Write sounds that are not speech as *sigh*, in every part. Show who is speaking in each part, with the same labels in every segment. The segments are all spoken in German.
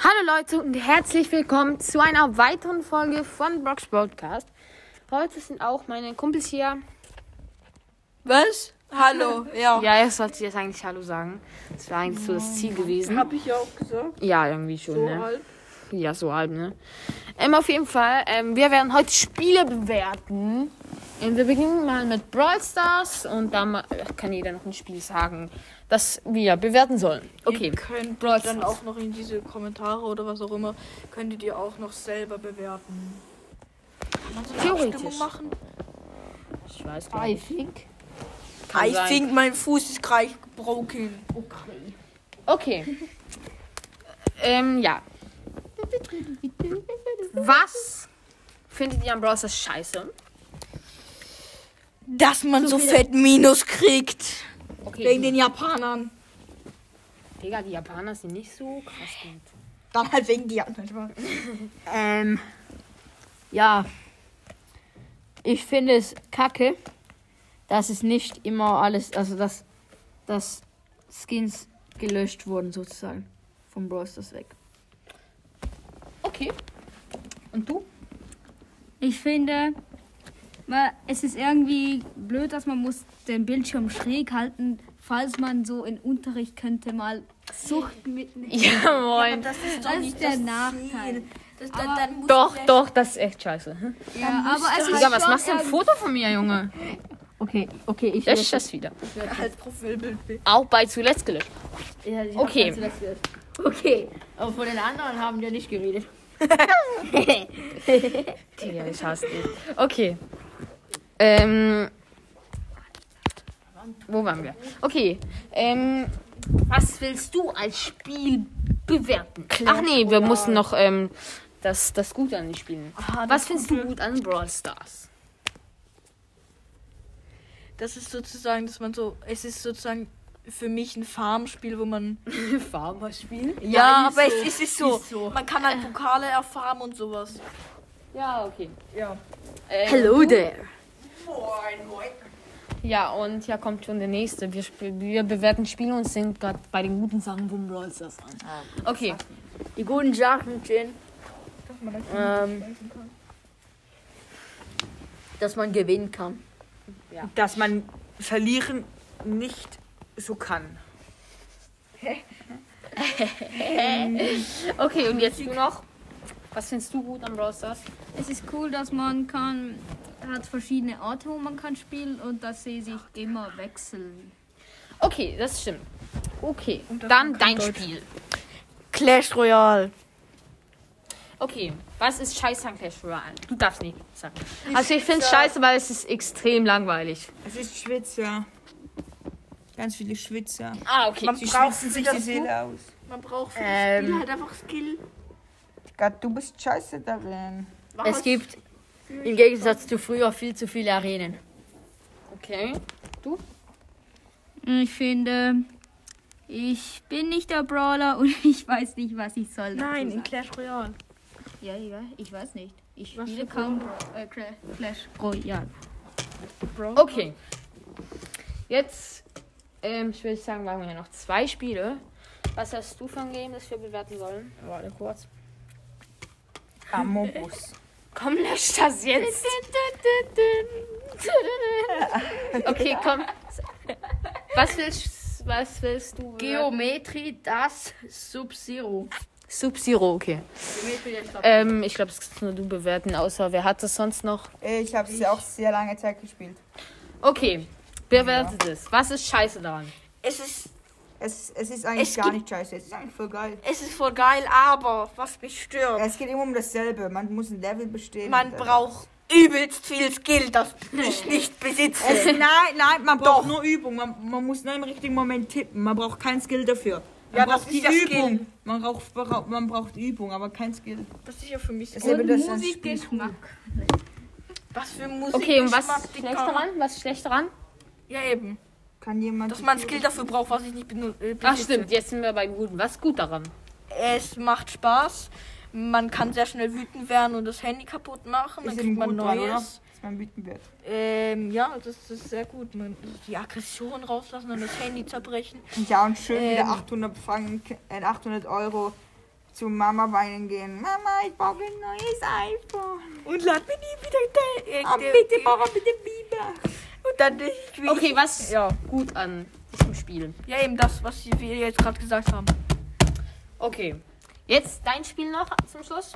Speaker 1: Hallo Leute und herzlich willkommen zu einer weiteren Folge von Brock's Podcast. Heute sind auch meine Kumpels hier.
Speaker 2: Was?
Speaker 1: *laughs*
Speaker 2: Hallo, ja.
Speaker 1: Ja, jetzt sollte ich jetzt eigentlich Hallo sagen. Das wäre eigentlich so das Ziel gewesen.
Speaker 2: Hab ich ja auch gesagt.
Speaker 1: Ja, irgendwie schon,
Speaker 2: So
Speaker 1: ne?
Speaker 2: halt.
Speaker 1: Ja, so halb, ne? Ähm, auf jeden Fall, ähm, wir werden heute Spiele bewerten. Ähm, wir beginnen mal mit Brawl Stars und da ma- äh, kann jeder noch ein Spiel sagen, das wir bewerten sollen. Okay.
Speaker 2: Ihr könnt
Speaker 1: Brawl
Speaker 2: dann
Speaker 1: Stars.
Speaker 2: auch noch in diese Kommentare oder was auch immer, könntet ihr auch noch selber bewerten. Kann man so eine
Speaker 1: Theoretisch.
Speaker 2: Abstimmung machen?
Speaker 1: Ich weiß gar nicht.
Speaker 3: think.
Speaker 1: Kann
Speaker 2: I
Speaker 1: sein.
Speaker 2: think mein Fuß ist gleich broken.
Speaker 3: Okay.
Speaker 1: Okay. ähm, ja. Was findet ihr an Brawl Stars scheiße?
Speaker 2: Dass man so fett Minus kriegt.
Speaker 1: Okay.
Speaker 2: Wegen den Japanern.
Speaker 1: Digga, die Japaner sind nicht so krass gut.
Speaker 2: Dann halt wegen die Japaner.
Speaker 3: Ähm, ja. Ich finde es kacke, dass es nicht immer alles, also dass, dass Skins gelöscht wurden sozusagen. Vom Brosters weg.
Speaker 1: Okay. Und du?
Speaker 4: Ich finde, weil es ist irgendwie blöd, dass man muss den Bildschirm schräg halten, falls man so in Unterricht könnte mal Sucht mitnehmen.
Speaker 1: Ja, moin.
Speaker 2: Das ist
Speaker 4: Das ist der Nachteil.
Speaker 2: Das, dann, dann muss
Speaker 1: doch,
Speaker 2: der-
Speaker 1: doch, das ist echt scheiße.
Speaker 4: Ja, aber es ist
Speaker 1: Digga, was
Speaker 4: schon
Speaker 1: machst du ein Foto von mir, Junge?
Speaker 3: Okay, okay, ich
Speaker 1: Lösch das wieder.
Speaker 2: Als Profilbild bin.
Speaker 1: Auch bei zuletzt gelöscht.
Speaker 3: Ja, ich
Speaker 1: Okay.
Speaker 3: hab ganz gelöscht. Okay. Aber von den anderen haben wir nicht geredet.
Speaker 1: Digga, ich hasse dich. Okay. Ähm. Wo waren wir? Okay. Ähm, was willst du als Spiel bewerten? Ach nee, wir mussten noch ähm, das, das Gute an den Spielen. was findest du gut an Brawl Stars?
Speaker 2: Das ist sozusagen, dass man so. Es ist sozusagen für mich ein Farmspiel, wo man.
Speaker 1: Farmerspiel?
Speaker 2: Ja, aber
Speaker 1: so.
Speaker 2: es, es ist, so.
Speaker 1: Ist so.
Speaker 2: Man kann halt Pokale erfarmen und sowas.
Speaker 1: Ja, okay.
Speaker 2: Ja.
Speaker 1: Ähm,
Speaker 3: there.
Speaker 2: Moin, moin.
Speaker 1: Ja, und hier kommt schon der nächste. Wir, sp- wir bewerten Spiele und sind gerade bei den guten Sachen vom Brawl Stars an. Okay.
Speaker 3: Die guten Sachen sind, ähm, dass man gewinnen kann.
Speaker 5: dass man verlieren nicht so kann.
Speaker 1: Okay, und jetzt du noch. Was findest du gut am Brawl Stars?
Speaker 4: Es ist cool, dass man kann, hat verschiedene Orte, wo man kann spielen und dass sie sich immer wechseln.
Speaker 1: Okay, das stimmt. Okay, dann dein Spiel.
Speaker 2: Clash Royale.
Speaker 1: Okay, was ist scheiße an Clash Royale? Du darfst nicht sagen. Also ich finde es scheiße, weil es ist extrem langweilig.
Speaker 5: Es ist Schwitzer. Ganz viele Schwitzer.
Speaker 1: Ah, okay.
Speaker 5: Man
Speaker 2: Sie
Speaker 5: braucht
Speaker 2: schwitzen
Speaker 5: sich
Speaker 2: das
Speaker 5: die Seele
Speaker 2: Buch.
Speaker 5: aus.
Speaker 2: Man braucht für
Speaker 5: Ähm.
Speaker 2: das Spiel halt einfach Skill.
Speaker 5: Digga, du bist scheiße darin.
Speaker 3: Es gibt im Gegensatz zu früher viel zu viele Arenen.
Speaker 1: Okay.
Speaker 4: Ich finde, ich bin nicht der Brawler *laughs* und ich weiß nicht, was ich soll. dazu
Speaker 2: Nein,
Speaker 4: sagen.
Speaker 2: in Clash Royale.
Speaker 4: Ja, ja, ich weiß nicht. Ich spiele kaum Bra- äh, Cra- Clash Royale.
Speaker 1: Okay. Jetzt, ähm, ich würde sagen, machen wir noch zwei Spiele. Was hast du von Game, das wir bewerten sollen? Warte kurz.
Speaker 5: Amobus.
Speaker 1: Komm, lösch das jetzt. Okay, komm. Was willst, was willst du?
Speaker 3: Geometrie, das Sub-Zero.
Speaker 1: *laughs* Sub-Zero, okay. Ähm, ich glaube, es kannst nur du bewerten, außer wer hat das sonst noch?
Speaker 5: Ich habe sie auch sehr lange Zeit gespielt.
Speaker 1: Okay, bewertet es. Was ist scheiße daran?
Speaker 2: Es ist,
Speaker 5: Es, es ist eigentlich
Speaker 2: Es
Speaker 5: gar
Speaker 2: gibt-
Speaker 5: nicht scheiße. Es ist eigentlich voll geil.
Speaker 2: es ist voll geil, aber was mich stört,
Speaker 5: Es geht immer um dasselbe. Man muss ein Level bestehen.
Speaker 2: man
Speaker 5: Und, äh,
Speaker 2: braucht übelst viel Skill, das ich nicht
Speaker 5: Es,
Speaker 2: besitze.
Speaker 5: nein, nein, man braucht nur Übung. Man, man muss nur im richtigen Moment tippen. Man braucht kein Skill dafür. Man
Speaker 2: Ja, das
Speaker 5: braucht
Speaker 2: ist ja Skill.
Speaker 5: Übung. Man braucht, braucht- man braucht Übung, aber kein Skill.
Speaker 2: Das ist ja für mich
Speaker 5: Das
Speaker 2: so.
Speaker 5: ist eben das das Spiel.
Speaker 4: Musikgeschmack.
Speaker 2: Was für Musik.
Speaker 1: Okay, und was ist schlecht daran? Was ist schlecht daran?
Speaker 2: Ja, eben.
Speaker 5: Kann jemand.
Speaker 2: Dass man Skill dafür braucht, was ich nicht benutze. Äh,
Speaker 1: Ach
Speaker 2: besitze.
Speaker 1: stimmt, jetzt sind wir beim Guten. Was ist gut daran?
Speaker 2: Es macht Spaß. Man kann sehr schnell wütend werden und das Handy kaputt machen. Dann
Speaker 5: ist
Speaker 2: kriegt
Speaker 5: eben
Speaker 2: man
Speaker 5: gut dran, oder?
Speaker 2: neues.
Speaker 5: Dass man wütend wird.
Speaker 2: Ähm, ja, das, das ist sehr gut. Man, die Aggression rauslassen, dann das Handy zerbrechen.
Speaker 5: Ja, und schön wieder
Speaker 2: Ähm.
Speaker 5: 800 Franken, äh, 800 Euro zu Mama weinen gehen. Mama, ich brauche ein neues iPhone.
Speaker 2: Und lad mir nie wieder dein.
Speaker 5: Ah, bitte, Papa, bitte wieder.
Speaker 2: Und dann ich will
Speaker 1: Okay, was ja, gut an diesem Spiel?
Speaker 2: Ja, eben das, was wir jetzt gerade gesagt haben.
Speaker 1: Okay. Jetzt dein Spiel noch zum Schluss.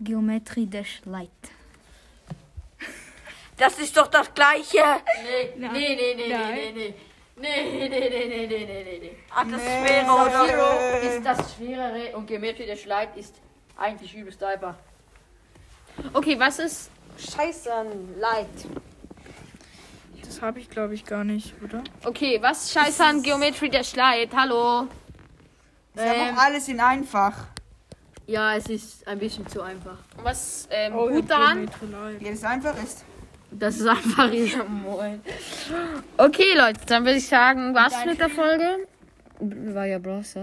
Speaker 4: Geometry Dash Light.
Speaker 2: Das ist doch das Gleiche.
Speaker 3: Nee, nee, nee, nee, nee, nee, nee. Nee, nee, nee, nee, nee, nee, nee, nee.
Speaker 2: Ach, das wäre oder?
Speaker 3: Zero ist das Schwerere und Geometry der Schleid ist eigentlich übelst einfach.
Speaker 1: Okay, was ist Scheiße an Leid?
Speaker 2: Das habe ich, glaube ich, gar nicht, oder?
Speaker 1: Okay, was ist Scheiße an Geometry der Schleid? Hallo.
Speaker 5: Ist ja
Speaker 3: Ähm.
Speaker 5: auch alles in einfach.
Speaker 3: Ja, es ist ein bisschen zu einfach.
Speaker 1: Und was ähm, gut daran?
Speaker 5: Jedes einfach ist.
Speaker 3: Das ist einfach ist.
Speaker 1: Okay, Leute, dann würde ich sagen, was mit der Folge? War ja Browser.